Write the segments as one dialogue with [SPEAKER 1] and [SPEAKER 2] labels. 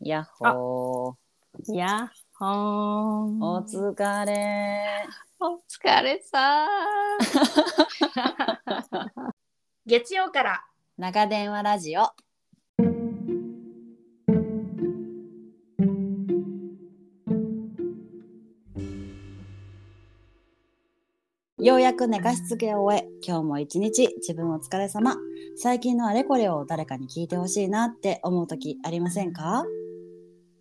[SPEAKER 1] やっほー。
[SPEAKER 2] やっほーん。
[SPEAKER 1] お疲れ
[SPEAKER 2] お疲れさ ー月曜から
[SPEAKER 1] 長電話ラジオ。ようやく寝かしつけを終え、今日も一日自分お疲れ様。最近のあれこれを誰かに聞いてほしいなって思う時ありませんか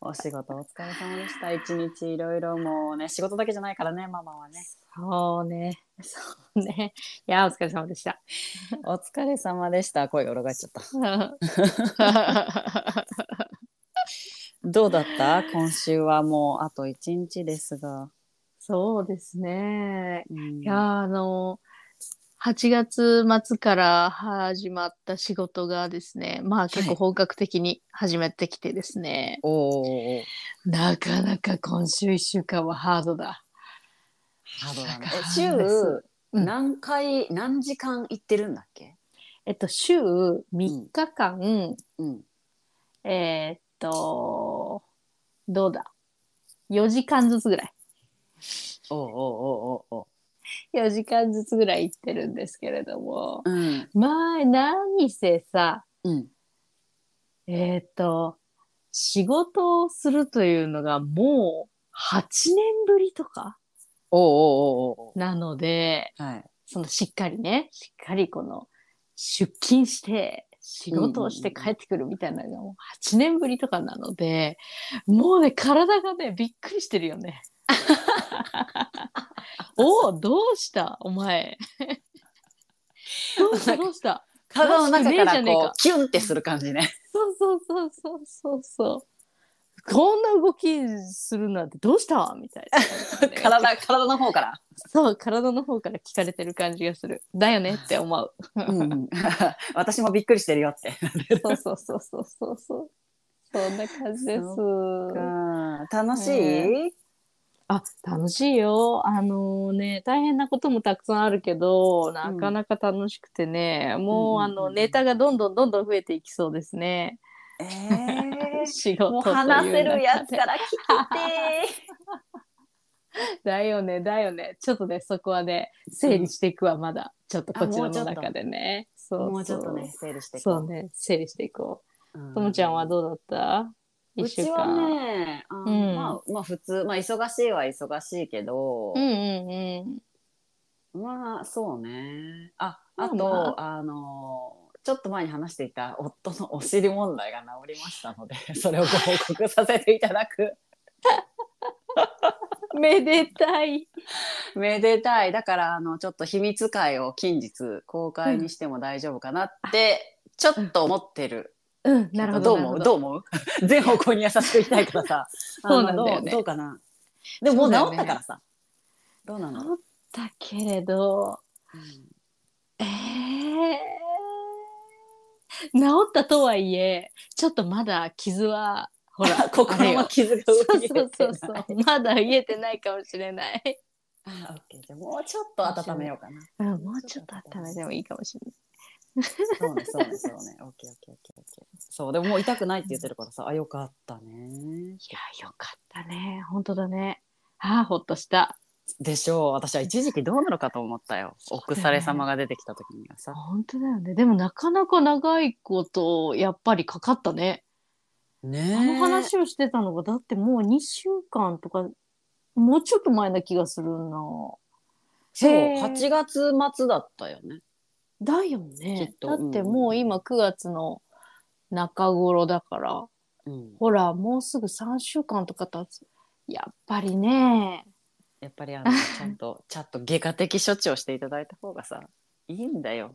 [SPEAKER 1] お仕事お疲れ様でした。一日いろいろもうね、仕事だけじゃないからね、ママはね。
[SPEAKER 2] そうねそうねいやお疲れ様でした
[SPEAKER 1] お疲れ様でした。声が裏返っちゃった。どうだった今週はもうあと一日ですが。
[SPEAKER 2] そうですね
[SPEAKER 1] うん
[SPEAKER 2] いやーあの8月末から始まった仕事がですねまあ結
[SPEAKER 1] はい
[SPEAKER 2] 構本格的に始めてきてですね、
[SPEAKER 1] おー
[SPEAKER 2] なかなか今週1週間はハードだ
[SPEAKER 1] ハードだね
[SPEAKER 2] なんか
[SPEAKER 1] え週
[SPEAKER 2] ですうん
[SPEAKER 1] 何回、何時間行ってるんだっけ
[SPEAKER 2] えっと週3日間、
[SPEAKER 1] うん。
[SPEAKER 2] えーっとどうだ4時間ずつぐらい
[SPEAKER 1] おおおおお
[SPEAKER 2] 4時間ずつぐらい行ってるんですけれども
[SPEAKER 1] うん。
[SPEAKER 2] まあ何せさ
[SPEAKER 1] うん。
[SPEAKER 2] えーっ、と、仕事をするというのがもう8年ぶりとか
[SPEAKER 1] おおおお
[SPEAKER 2] なので、
[SPEAKER 1] はい。
[SPEAKER 2] そのしっかりね、しっかりこの出勤して仕事をして帰ってくるみたいなのがもう8年ぶりとかなので、もうね、体がね、びっくりしてるよね。おお、どうしたお前。どうしたどうした
[SPEAKER 1] 体の中から
[SPEAKER 2] らしくねえじゃねえ
[SPEAKER 1] こ
[SPEAKER 2] か
[SPEAKER 1] う、キュンってする感じね。
[SPEAKER 2] そうそうそうそうそうそう。こんな動きするなんてどうしたみたいな、
[SPEAKER 1] 体、体の方から。
[SPEAKER 2] そう、体の方から聞かれてる感じがする。だよねって思う。
[SPEAKER 1] うん。 私もびっくりしてるよって。
[SPEAKER 2] そうそうそうそうそうそう。そんな感じです。
[SPEAKER 1] 楽しい、
[SPEAKER 2] ねあ、楽しいよ。あのね、大変なこともたくさんあるけど、なかなか楽しくてね、もう、
[SPEAKER 1] うんうんうん
[SPEAKER 2] あの、ネタがどんどんどんどん増えていきそうですね。
[SPEAKER 1] ええ
[SPEAKER 2] 仕事
[SPEAKER 1] もう
[SPEAKER 2] という
[SPEAKER 1] 話せるや
[SPEAKER 2] 中
[SPEAKER 1] つ
[SPEAKER 2] で
[SPEAKER 1] から聞きて
[SPEAKER 2] だよねだよねちょっとねそこはね整理していくわまだちょっとこちらの中でねそう
[SPEAKER 1] ー。
[SPEAKER 2] そう
[SPEAKER 1] もうちょっとね、整理していこ
[SPEAKER 2] そうね整理していこ
[SPEAKER 1] う。
[SPEAKER 2] う
[SPEAKER 1] う
[SPEAKER 2] ともちゃんはどうだった
[SPEAKER 1] う
[SPEAKER 2] 一週
[SPEAKER 1] ち
[SPEAKER 2] 間
[SPEAKER 1] はね、あ
[SPEAKER 2] うん
[SPEAKER 1] まあ、まあ普通、まあ忙しいは忙しいけど
[SPEAKER 2] う、んうん
[SPEAKER 1] まあそうね。あ、
[SPEAKER 2] ま
[SPEAKER 1] あ
[SPEAKER 2] あ
[SPEAKER 1] と、
[SPEAKER 2] ま
[SPEAKER 1] あの、ちょっと前に話していた夫のお尻問題が治りましたので、それをご報告させていただく。
[SPEAKER 2] うんめでたい
[SPEAKER 1] めでたい。だから、あの、ちょっと秘密会を近日公開にしても大丈夫かなって、ちょっと思ってる。
[SPEAKER 2] うんなるほ
[SPEAKER 1] ど
[SPEAKER 2] ど
[SPEAKER 1] う思うどう思う 全方向に優しくいきたいからさ。
[SPEAKER 2] そうなんだよね
[SPEAKER 1] あのどうどうかな。でももう
[SPEAKER 2] そ
[SPEAKER 1] 治
[SPEAKER 2] うだよ
[SPEAKER 1] っ
[SPEAKER 2] ね
[SPEAKER 1] たからさ。どうなの
[SPEAKER 2] 思ったけれどえー、治ったとはいえちょっとまだ傷はほ らあれ
[SPEAKER 1] 心
[SPEAKER 2] よ
[SPEAKER 1] の傷が
[SPEAKER 2] そう
[SPEAKER 1] 上に
[SPEAKER 2] そうそうそ
[SPEAKER 1] 出てないう
[SPEAKER 2] まだ癒えてないかもしれない
[SPEAKER 1] あ、オッケー。じゃあもうちょっと温めようかな。
[SPEAKER 2] うん、もうちょっと温めてもいいかもしれない。
[SPEAKER 1] そうね、そうね、そうね。オッケー、オッケー、オッケー、オッケー。そう、でももう痛くないって言ってるからさ、あ、よかったね。
[SPEAKER 2] いや、よかったね。本当だね。ああ、ほっとした。
[SPEAKER 1] でしょう。私は一時期どうなのかと思ったよ。お腐れ様が出てきた時にはさ。
[SPEAKER 2] 本当だよね。でもなかなか長いこと、やっぱりかかったね。
[SPEAKER 1] ねえ。
[SPEAKER 2] あの話をしてたのが、だってもう2週間とか、もうちょっと前な気がするな。
[SPEAKER 1] そう、
[SPEAKER 2] へえ
[SPEAKER 1] 8月末だったよね。
[SPEAKER 2] だよ
[SPEAKER 1] き
[SPEAKER 2] ね
[SPEAKER 1] っ。と
[SPEAKER 2] だってもう今9月の中頃だから、
[SPEAKER 1] うん。
[SPEAKER 2] ほら、もうすぐ3週間とか経つ。やっぱりね。
[SPEAKER 1] やっぱり あの、ちゃんと、ちゃんと外科的処置をしていただいた方がさ、いいんだよ。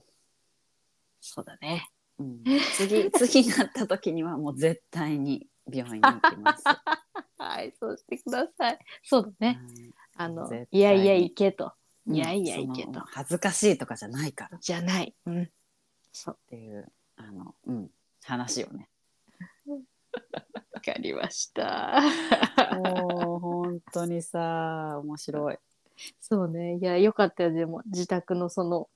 [SPEAKER 2] そうだね。
[SPEAKER 1] うん、次、次になった時にはもう絶対に病院に行きます。
[SPEAKER 2] はい、そうしてください。そうだね。あの
[SPEAKER 1] 絶、対
[SPEAKER 2] いやいや、行けと。
[SPEAKER 1] うん
[SPEAKER 2] いやいや
[SPEAKER 1] うん
[SPEAKER 2] いけ
[SPEAKER 1] そ
[SPEAKER 2] と
[SPEAKER 1] の恥ずかしいとかじゃないからっ
[SPEAKER 2] じゃない。うん。そう。
[SPEAKER 1] ていうあの、うん、話をね。
[SPEAKER 2] わかりました。
[SPEAKER 1] もう本当にさ面白い。
[SPEAKER 2] そうね。いや、よかったよ。でも、自宅のその、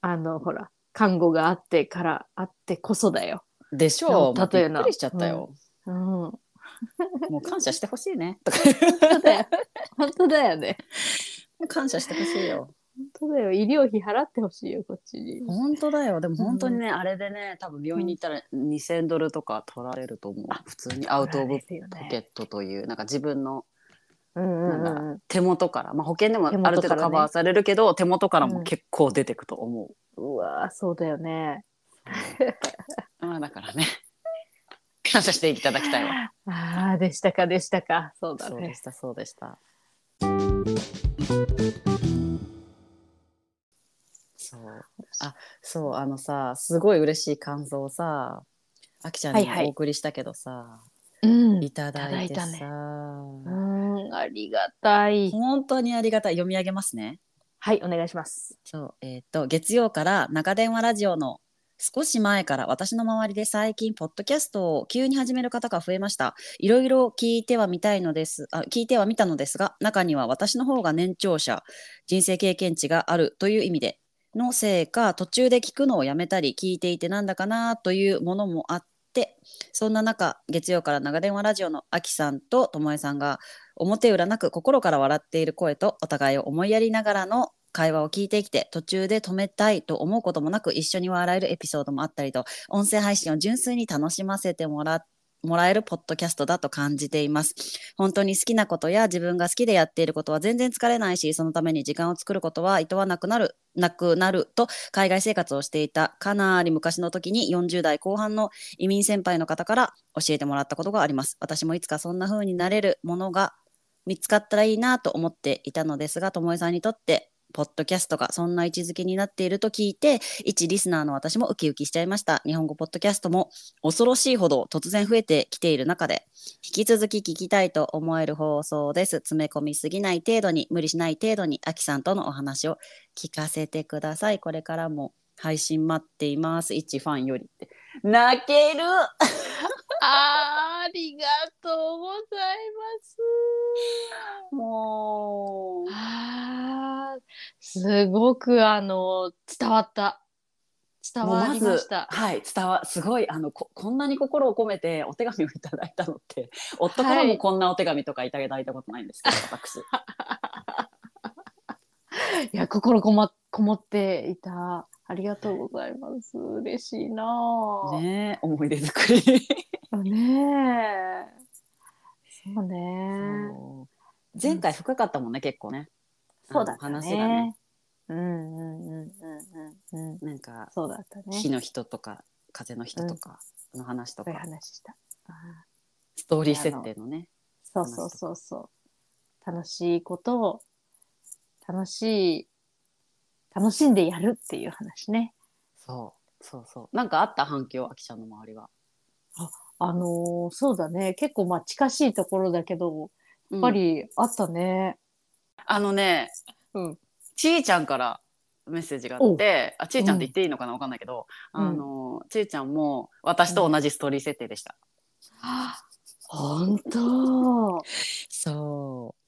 [SPEAKER 2] あの、ほら、看護があってから、あってこそだよ。
[SPEAKER 1] でしょう。
[SPEAKER 2] いや例えな
[SPEAKER 1] もうびっくりしちゃったよ。
[SPEAKER 2] うん。
[SPEAKER 1] もう感謝してほしいね。とか
[SPEAKER 2] 本当 だよ。本当だよね。
[SPEAKER 1] 感謝してほしいよ。
[SPEAKER 2] 本当だよ。医療費払ってほしいよ、こっちに。
[SPEAKER 1] 本当だよ。でも本当にね、あれでね多分病院に行ったら2000ドルとか取られると思う。普通にアウト・オブ・ポ
[SPEAKER 2] 取られるよね
[SPEAKER 1] ケットという、なんか自分の
[SPEAKER 2] うんうんう
[SPEAKER 1] なん
[SPEAKER 2] うん。
[SPEAKER 1] 手元から、まあ、保険でもあ
[SPEAKER 2] 手
[SPEAKER 1] る
[SPEAKER 2] 元からね
[SPEAKER 1] 程度カバーされるけど手元から
[SPEAKER 2] う
[SPEAKER 1] も
[SPEAKER 2] ん
[SPEAKER 1] 結構出てくと思う。
[SPEAKER 2] うわーそうだよね。
[SPEAKER 1] まあだから ね感謝していただきたいわ。
[SPEAKER 2] ああ、でしたか、でしたか。そうだ
[SPEAKER 1] そうで
[SPEAKER 2] ね。
[SPEAKER 1] したそうでした。そうあそうあのさすごい嬉しい感想をさあきちゃんに
[SPEAKER 2] はいはい
[SPEAKER 1] もお送りしたけどさ、
[SPEAKER 2] うん
[SPEAKER 1] い。ただいてさ
[SPEAKER 2] いただいたうん、ありがたい。
[SPEAKER 1] 本当にありがたい読み上げますね。
[SPEAKER 2] はい、お願いします。
[SPEAKER 1] そう、えっ、と、月曜から中電話ラジオの少し前から私の周りで最近、ポッドキャストを急に始める方が増えました。いろいろ聞いてはみたいのです、あ、聞いてはみたのですが、中には私の方が年長者、人生経験値があるという意味で、のせいか、途中で聞くのをやめたり、聞いていてなんだかなというものもあって、そんな中、月曜から長電話ラジオのあきさんとともえさんが、表裏なく心から笑っている声とお互いを思いやりながらの会話を聞いてきて途中で止めたいと思うこともなく一緒に笑えるエピソードもあったりと音声配信を純粋に楽しませてもらもらえるポッドキャストだと感じています本当に好きなことや自分が好きでやっていることは全然疲れないしそのために時間を作ることはいとわなくなるなくなると海外生活をしていたかなり昔の時に40代後半の移民先輩の方から教えてもらったことがあります私もいつかそんな風になれるものが見つかったらいいなと思っていたのですが、ともえさんにとって、ポッドキャストがそんな位置づけになっていると聞いて、一リスナーの私もウキウキしちゃいました。日本語ポッドキャストも恐ろしいほど突然増えてきている中で、引き続き聞きたいと思える放送です。詰め込みすぎない程度に、無理しない程度に、あきさんとのお話を聞かせてください。これからも配信待っています。一ファンよりって。泣ける
[SPEAKER 2] あーありがとうございます。
[SPEAKER 1] もう。
[SPEAKER 2] あーすごくあの伝わった。伝
[SPEAKER 1] もう
[SPEAKER 2] わ
[SPEAKER 1] ま
[SPEAKER 2] り
[SPEAKER 1] ず
[SPEAKER 2] ました。
[SPEAKER 1] はい、伝わすごいあのここんなに心を込めてお手紙をいただいたのって夫から
[SPEAKER 2] は
[SPEAKER 1] も
[SPEAKER 2] い
[SPEAKER 1] こんなお手紙とかいただいたことないんですけど、 私
[SPEAKER 2] いや心こまこもっていた。ありがとうございます。嬉しいなあ。
[SPEAKER 1] ねえ思い出作り
[SPEAKER 2] ねえ。そうね。
[SPEAKER 1] そう 前回深かったもんね結構ね
[SPEAKER 2] そうだった
[SPEAKER 1] あの話がね
[SPEAKER 2] ね。うんうんうんうんうんうん。
[SPEAKER 1] なんか
[SPEAKER 2] そうだったね。
[SPEAKER 1] 火の人とか風の人とかの話と
[SPEAKER 2] そういう
[SPEAKER 1] か、
[SPEAKER 2] 話した。あー
[SPEAKER 1] ストーリー設定のね
[SPEAKER 2] そうそうそうそう。楽しいことを、楽しい、楽しんでやるっていう話ね。
[SPEAKER 1] そうそうそうなんかあった反響あきちゃんの周りは
[SPEAKER 2] あのーそうだね。結構まあ近しいところだけど、
[SPEAKER 1] や
[SPEAKER 2] やっぱ、りあったね。
[SPEAKER 1] あのね
[SPEAKER 2] うん。
[SPEAKER 1] ちーちゃんからメッセージがあってあちーちゃんって言っていいのかなわかんないけど、
[SPEAKER 2] うん
[SPEAKER 1] あのちーちゃんも私と同じストーリー設定でした、
[SPEAKER 2] 本当。
[SPEAKER 1] そう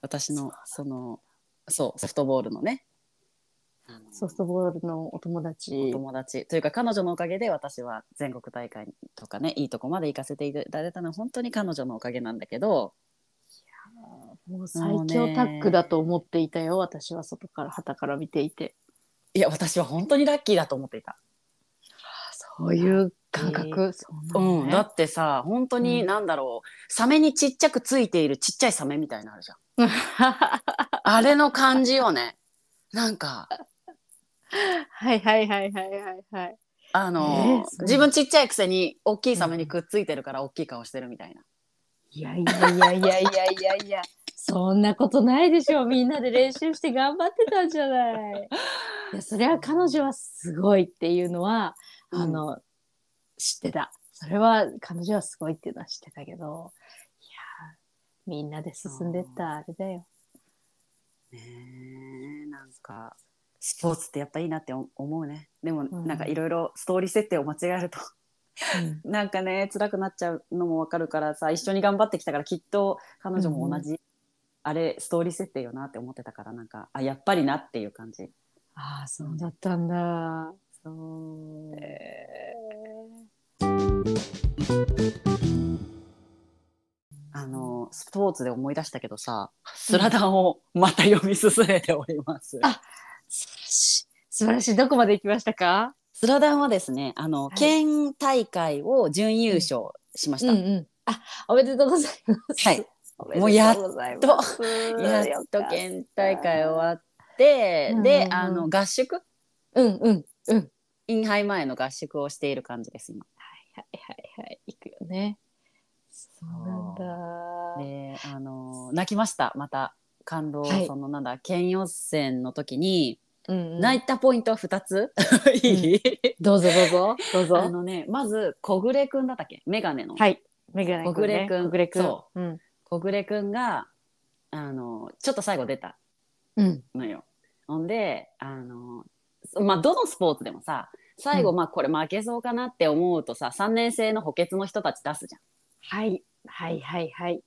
[SPEAKER 1] 私のそのそうソフトボールのねあの
[SPEAKER 2] ソフトボールのお友
[SPEAKER 1] お
[SPEAKER 2] 達。
[SPEAKER 1] 友達というか彼女のおかげで私は全国大会とかねいいとこまで行かせていただいたのは本当に彼女のおかげなんだけど
[SPEAKER 2] もう最強タッグだと思っていたよ。私は外から、旗から見ていて。
[SPEAKER 1] いや私は本当にラッキーだと思っていた。
[SPEAKER 2] そういう感覚。そうな
[SPEAKER 1] うん
[SPEAKER 2] んだね
[SPEAKER 1] だってさ本当に
[SPEAKER 2] うん
[SPEAKER 1] 何だろう、サメにちっちゃくついているちっちゃいサメみたいなのあるじゃん。あれの感じよね。なんか、
[SPEAKER 2] はいはいはいはいはいはい。
[SPEAKER 1] あの
[SPEAKER 2] えー、そう
[SPEAKER 1] 自分ちっちゃいくせに、大きいサメにくっついてるから、大きい顔してるみたいな。
[SPEAKER 2] いやいやいやいやいやいやいや、そんなことないでしょう。みんなで練習して頑張ってたんじ ゃない。いや、それは彼女はすごいっていうのは、あの、知ってた。それは彼女はすごいっていうのは知ってたけど、いや、みんなで進んでったあれだよ。
[SPEAKER 1] ねえなんかスポーツってやっぱいいなって思思うねでも
[SPEAKER 2] ん
[SPEAKER 1] なんかいろいろストーリー設定を間違えると なんかね辛くなっちゃうのもわかるからさ一緒に頑張ってきたからきっと彼女も同じ、あれストーリー設定よなって思ってたからなんかあやっぱりなっていう感じ
[SPEAKER 2] ああ、そうだったんだ。
[SPEAKER 1] そうあのスポーツで思い出したけどさ「スラダン」をまた読み進めております、
[SPEAKER 2] あ素晴らしい。素晴らしい。どこまで行きましたか
[SPEAKER 1] スラダンはですねあの、
[SPEAKER 2] はい
[SPEAKER 1] 県大会を準優勝しました、
[SPEAKER 2] ん。あ、おめでとうございます。
[SPEAKER 1] はい。
[SPEAKER 2] もうやっと。
[SPEAKER 1] やっと県大会終わって、
[SPEAKER 2] うんうんう
[SPEAKER 1] で
[SPEAKER 2] ん
[SPEAKER 1] あの合宿
[SPEAKER 2] うんうん。はい
[SPEAKER 1] インハイ前の合宿をしている感じです今。
[SPEAKER 2] はいはい。行くよね。そうなんだ。
[SPEAKER 1] であの泣きましたまた感動、
[SPEAKER 2] はい
[SPEAKER 1] そのなんだ県予選の時に
[SPEAKER 2] うんうん
[SPEAKER 1] 泣いたポイントは2つ、 いい、
[SPEAKER 2] どうぞどうぞ。どう
[SPEAKER 1] あ
[SPEAKER 2] ぞ。
[SPEAKER 1] のねまず小暮くんだったっけメガネの、
[SPEAKER 2] はい。メガネ
[SPEAKER 1] 小暮くん
[SPEAKER 2] 小暮くん。。
[SPEAKER 1] そう
[SPEAKER 2] うん。
[SPEAKER 1] 小暮くんがあのちょっと最後出た
[SPEAKER 2] うん。
[SPEAKER 1] のよ。ほんであの、まあ、どのスポーツでもさ最後、
[SPEAKER 2] う
[SPEAKER 1] まあこれ負けそうかなって思うとさ3年生の補欠の人たち出すじゃん
[SPEAKER 2] はい。はいはいはい。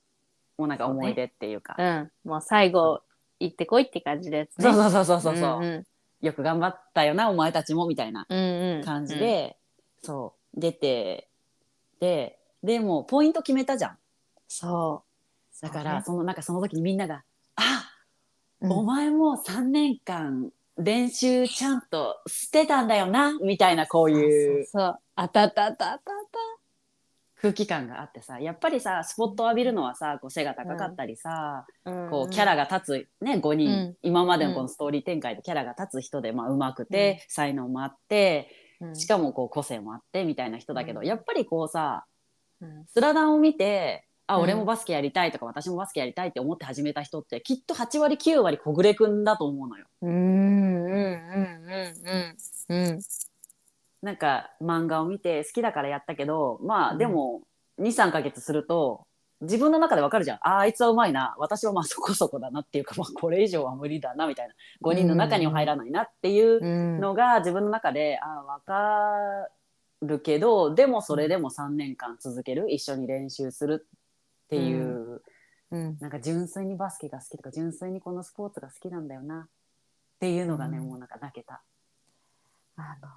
[SPEAKER 1] もうなんか思い出っていうか
[SPEAKER 2] うん。もう最後、行ってこいって感じですね。
[SPEAKER 1] そう,、そうそうそうそうそう、
[SPEAKER 2] んん
[SPEAKER 1] よく頑張ったよなお前たちもみたいな
[SPEAKER 2] うんうん。
[SPEAKER 1] 感じで、そう出てででもポイント決めたじゃん
[SPEAKER 2] そう。
[SPEAKER 1] だからそのなんかその時にみんなが「あ
[SPEAKER 2] そうね、
[SPEAKER 1] お前も3年間練習ちゃんとしてたんだよな」みたいなこういう
[SPEAKER 2] そうそうそう。あたたたたた。
[SPEAKER 1] 空気感があってさやっぱりさスポットを浴びるのはさこう背が高かったりさ、こうキャラが立つ、ね、5人、
[SPEAKER 2] うん
[SPEAKER 1] 今までのこのストーリー展開でキャラが立つ人でまあ、上手くて、才能もあって
[SPEAKER 2] うん
[SPEAKER 1] しかもこう個性もあってみたいな人だけど、
[SPEAKER 2] うん
[SPEAKER 1] やっぱりこうさ
[SPEAKER 2] うん
[SPEAKER 1] スラダンを見てあ
[SPEAKER 2] うん
[SPEAKER 1] 俺もバスケやりたいとか、私もバスケやりたいって思って始めた人ってきっと8割9割小暮くんだと思うのよ。
[SPEAKER 2] うんうんうんうんうん。
[SPEAKER 1] なんか漫画を見て好きだからやったけどまあでも23ヶ月すると自分の中でわかるじゃんあーあいつはうまいな私はまあそこそこだなっていうか、まあ、これ以上は無理だなみたいな5人の中には入らないなっていう
[SPEAKER 2] うん
[SPEAKER 1] のが自分の中でああ分かるけどでもそれでも3年間続ける一緒に練習するっていう、
[SPEAKER 2] うん
[SPEAKER 1] なんか純粋にバスケが好きとか純粋にこのスポーツが好きなんだよなっていうのがね、
[SPEAKER 2] うん
[SPEAKER 1] もうなんか泣けた。
[SPEAKER 2] あの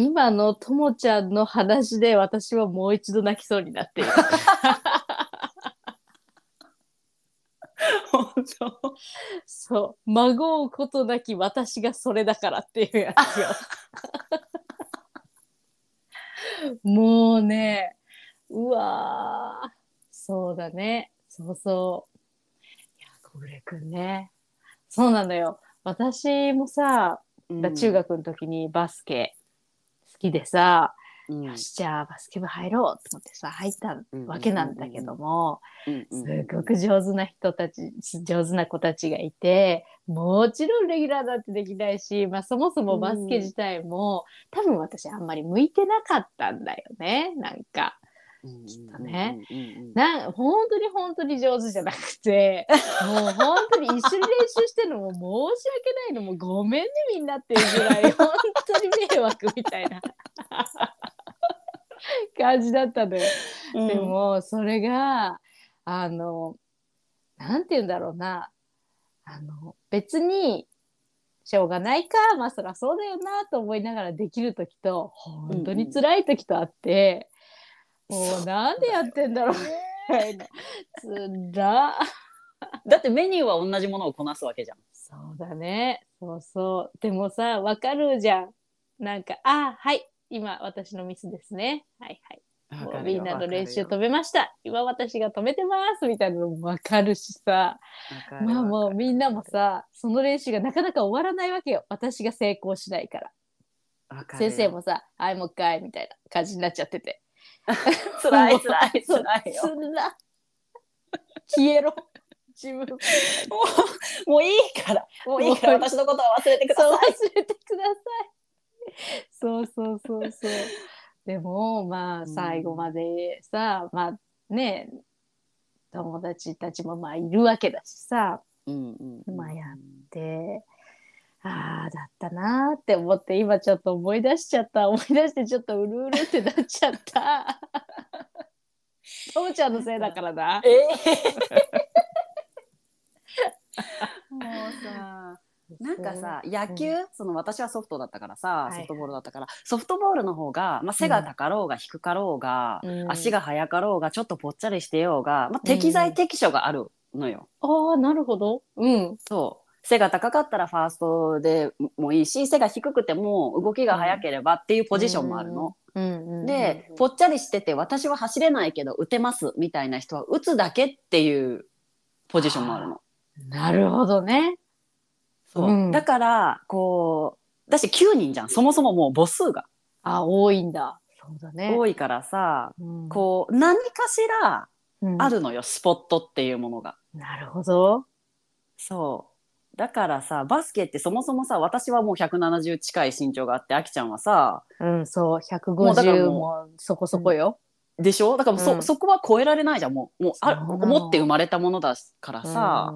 [SPEAKER 2] 今のともちゃんの話で私はもう一度泣きそうになってる。
[SPEAKER 1] 本当
[SPEAKER 2] そう。孫うことなき私がそれだからっていうやつよ。もうね、うわーそうだね。そうそう。いや、小暮くんね。そうなのよ。私もさ、
[SPEAKER 1] うん
[SPEAKER 2] 中学の時にバスケ好きでさ、
[SPEAKER 1] うん
[SPEAKER 2] よし、じゃあバスケ部入ろうと思ってさ、入ったわけなんだけども、
[SPEAKER 1] うんうん
[SPEAKER 2] す
[SPEAKER 1] うん
[SPEAKER 2] ごく上手な人たち、上手な子たちがいて、もちろんレギュラーだってできないし、まあそもそもバスケ自体も、多分私あんまり向いてなかったんだよね、なんか。
[SPEAKER 1] き
[SPEAKER 2] っとね。
[SPEAKER 1] うんうん
[SPEAKER 2] なん本当に本当に上手じゃなく て、もう本当に一緒に練習してるのも申し訳ないのもごめんねみんなっていうぐら い、本当に迷惑みたいな 感じだったのよ。
[SPEAKER 1] うん
[SPEAKER 2] で、もそれがあのなんて言うんだろうなあの別にしょうがないかまあそりゃそうだよなと思いながらできる時と本当に辛い時とあって、もうなんでやってんだろうみたいなつら
[SPEAKER 1] だってメニューは同じものをこなすわけじゃん。
[SPEAKER 2] そうだね。そうそう。でもさ、わかるじゃん。なんか、あはい。今、私のミスですね。はいはい。もうみんなの練習止めました。今、私が止めてます。みたいなのもわかるしさ。まあもうみんなもさ、その練習がなかなか終わらないわけよ。私が成功しないから。先生もさ、はい、もう一回、みたいな感じになっちゃってて。
[SPEAKER 1] 辛い辛い
[SPEAKER 2] そう
[SPEAKER 1] 辛い
[SPEAKER 2] つ
[SPEAKER 1] よ。
[SPEAKER 2] ら。消えろ。自分。
[SPEAKER 1] もうもういいからもういいから
[SPEAKER 2] もう
[SPEAKER 1] 私のことは忘れてくだ
[SPEAKER 2] そう
[SPEAKER 1] さい。
[SPEAKER 2] 忘れてください。そうそうそうそう。でもま
[SPEAKER 1] う
[SPEAKER 2] あ
[SPEAKER 1] ん
[SPEAKER 2] 最後までさ、まあね友達たちもまあいるわけだしさ
[SPEAKER 1] うんうんうん
[SPEAKER 2] まあやでああだったなーって思って今ちょっと思い出しちゃった思い出してちょっとうるうるってなっちゃった ともちゃんのせいだからな
[SPEAKER 1] えもうさなんかさ野球、その私はソフトだったからさ
[SPEAKER 2] はい
[SPEAKER 1] ソフトボールだったから、ソフトボールの方が、まあ、背が高ろうが低かろうが、
[SPEAKER 2] うん
[SPEAKER 1] 足が速かろうがちょっとぽっちゃりしてようが、まあ、適材適所があるのよ。
[SPEAKER 2] ああなるほどうん
[SPEAKER 1] そう背が高かったらファーストでもいいし背が低くても動きが速ければっていうポジションもあるの。
[SPEAKER 2] うん
[SPEAKER 1] でぽっちゃりしてて私は走れないけど打てますみたいな人は打つだけっていうポジションもあるの。
[SPEAKER 2] なるほどね
[SPEAKER 1] そう
[SPEAKER 2] うん
[SPEAKER 1] だからこう私9人じゃんそもそももう母数が
[SPEAKER 2] あ多いんだそうだね
[SPEAKER 1] 多いからさ、
[SPEAKER 2] うん
[SPEAKER 1] こう何かしら
[SPEAKER 2] うん
[SPEAKER 1] あるのよ、スポットっていうものが。
[SPEAKER 2] なるほど
[SPEAKER 1] そうだからさバスケってそもそもさ私はもう170近い身長があってあきちゃんはさ
[SPEAKER 2] うんそう
[SPEAKER 1] うだから
[SPEAKER 2] 150
[SPEAKER 1] もう
[SPEAKER 2] もそこそこよ、
[SPEAKER 1] でしょだからもうそ,、
[SPEAKER 2] うん
[SPEAKER 1] そこは超えられないじゃんもうもうあ
[SPEAKER 2] そうなの
[SPEAKER 1] 持って生まれたものだからさ、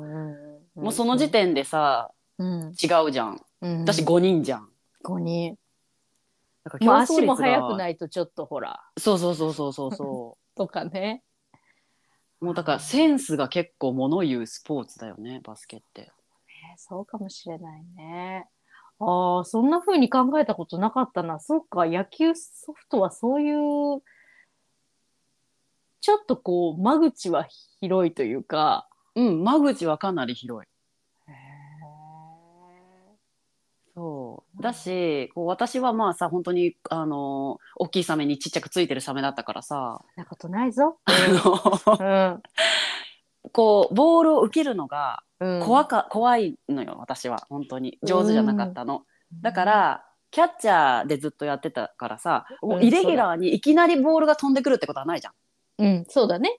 [SPEAKER 1] もうその時
[SPEAKER 2] 点、
[SPEAKER 1] 点でさ
[SPEAKER 2] うん
[SPEAKER 1] 違うじゃん
[SPEAKER 2] うん、
[SPEAKER 1] 私5人じゃん。
[SPEAKER 2] 5人
[SPEAKER 1] だから
[SPEAKER 2] まあ
[SPEAKER 1] 競争
[SPEAKER 2] 足
[SPEAKER 1] 率が
[SPEAKER 2] も速くないとちょっとほら
[SPEAKER 1] そうそうそうそうそうそう。
[SPEAKER 2] とかね
[SPEAKER 1] もうだからセンスが結構物言うスポーツだよねバスケって。
[SPEAKER 2] ねそうかもしれないねああそんな風に考えたことなかったなそっか野球ソフトはそういうちょっとこう間口は広いというか
[SPEAKER 1] うん間口はかなり広い。
[SPEAKER 2] へ
[SPEAKER 1] そうだしこう私はまあさ本当にあの大きいサメにちっちゃくついてるサメだったからさ、
[SPEAKER 2] えなことないぞ、
[SPEAKER 1] あ
[SPEAKER 2] うん
[SPEAKER 1] のこうボールを受けるのが
[SPEAKER 2] うん、
[SPEAKER 1] 怖か、怖いのよ私は本当に上手じゃなかったの。だからキャッチャーでずっとやってたからさもうイレギュラーにいきなりボールが飛んでくるってことはないじゃん。
[SPEAKER 2] うんそうだね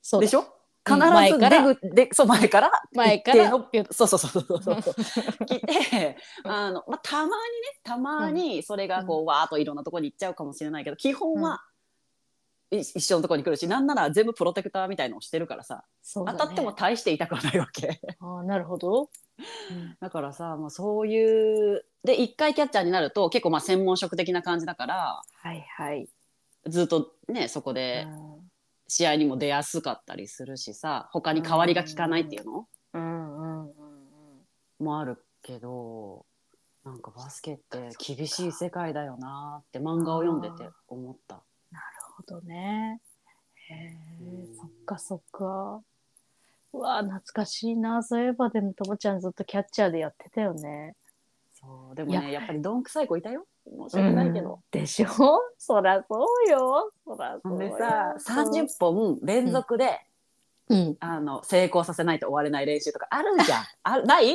[SPEAKER 2] そうだ
[SPEAKER 1] でしょ
[SPEAKER 2] う
[SPEAKER 1] 必
[SPEAKER 2] ん
[SPEAKER 1] ず
[SPEAKER 2] 前から
[SPEAKER 1] 出口でそう前から
[SPEAKER 2] 前か
[SPEAKER 1] 一定
[SPEAKER 2] ら
[SPEAKER 1] の
[SPEAKER 2] ピュッ
[SPEAKER 1] そうそうそうそうそうそう。 来て、あの、まあ、たまにね、たまにそれがこう、わーっといろんなところに行っちゃうかもしれないけど、基本は、い一緒のところに来るし、なんなら全部プロテクターみたいのをしてるからさ、
[SPEAKER 2] そうだ
[SPEAKER 1] 当
[SPEAKER 2] ね
[SPEAKER 1] たっても大して痛くはないわけ。
[SPEAKER 2] ああなるほど、うん
[SPEAKER 1] だからさ、まあ、そういう、で、一回キャッチャーになると、結構まあ専門職的な感じだから、
[SPEAKER 2] はいはい、
[SPEAKER 1] ずっとね、そこで
[SPEAKER 2] うん
[SPEAKER 1] 試合にも出やすかったりするしさ、他に代わりが効かないっていうの、
[SPEAKER 2] うんうんうんうん
[SPEAKER 1] もあるけどなんかバスケって厳しい世界だよなって漫画を読んでて思った。
[SPEAKER 2] なるほどね。へ
[SPEAKER 1] う
[SPEAKER 2] え
[SPEAKER 1] ん
[SPEAKER 2] そっかそっか。うわあ懐かしいな。そういえばでもともちゃんずっとキャッチャーでやってたよね。
[SPEAKER 1] そうでもねや
[SPEAKER 2] いや
[SPEAKER 1] っぱりどんくさい子いたよ申し訳ないけど。
[SPEAKER 2] でしょ そらそうよ。そらそうよ。
[SPEAKER 1] でさ30本連続で、
[SPEAKER 2] うん。
[SPEAKER 1] あの成功させないと終われない練習とかあるじゃん あない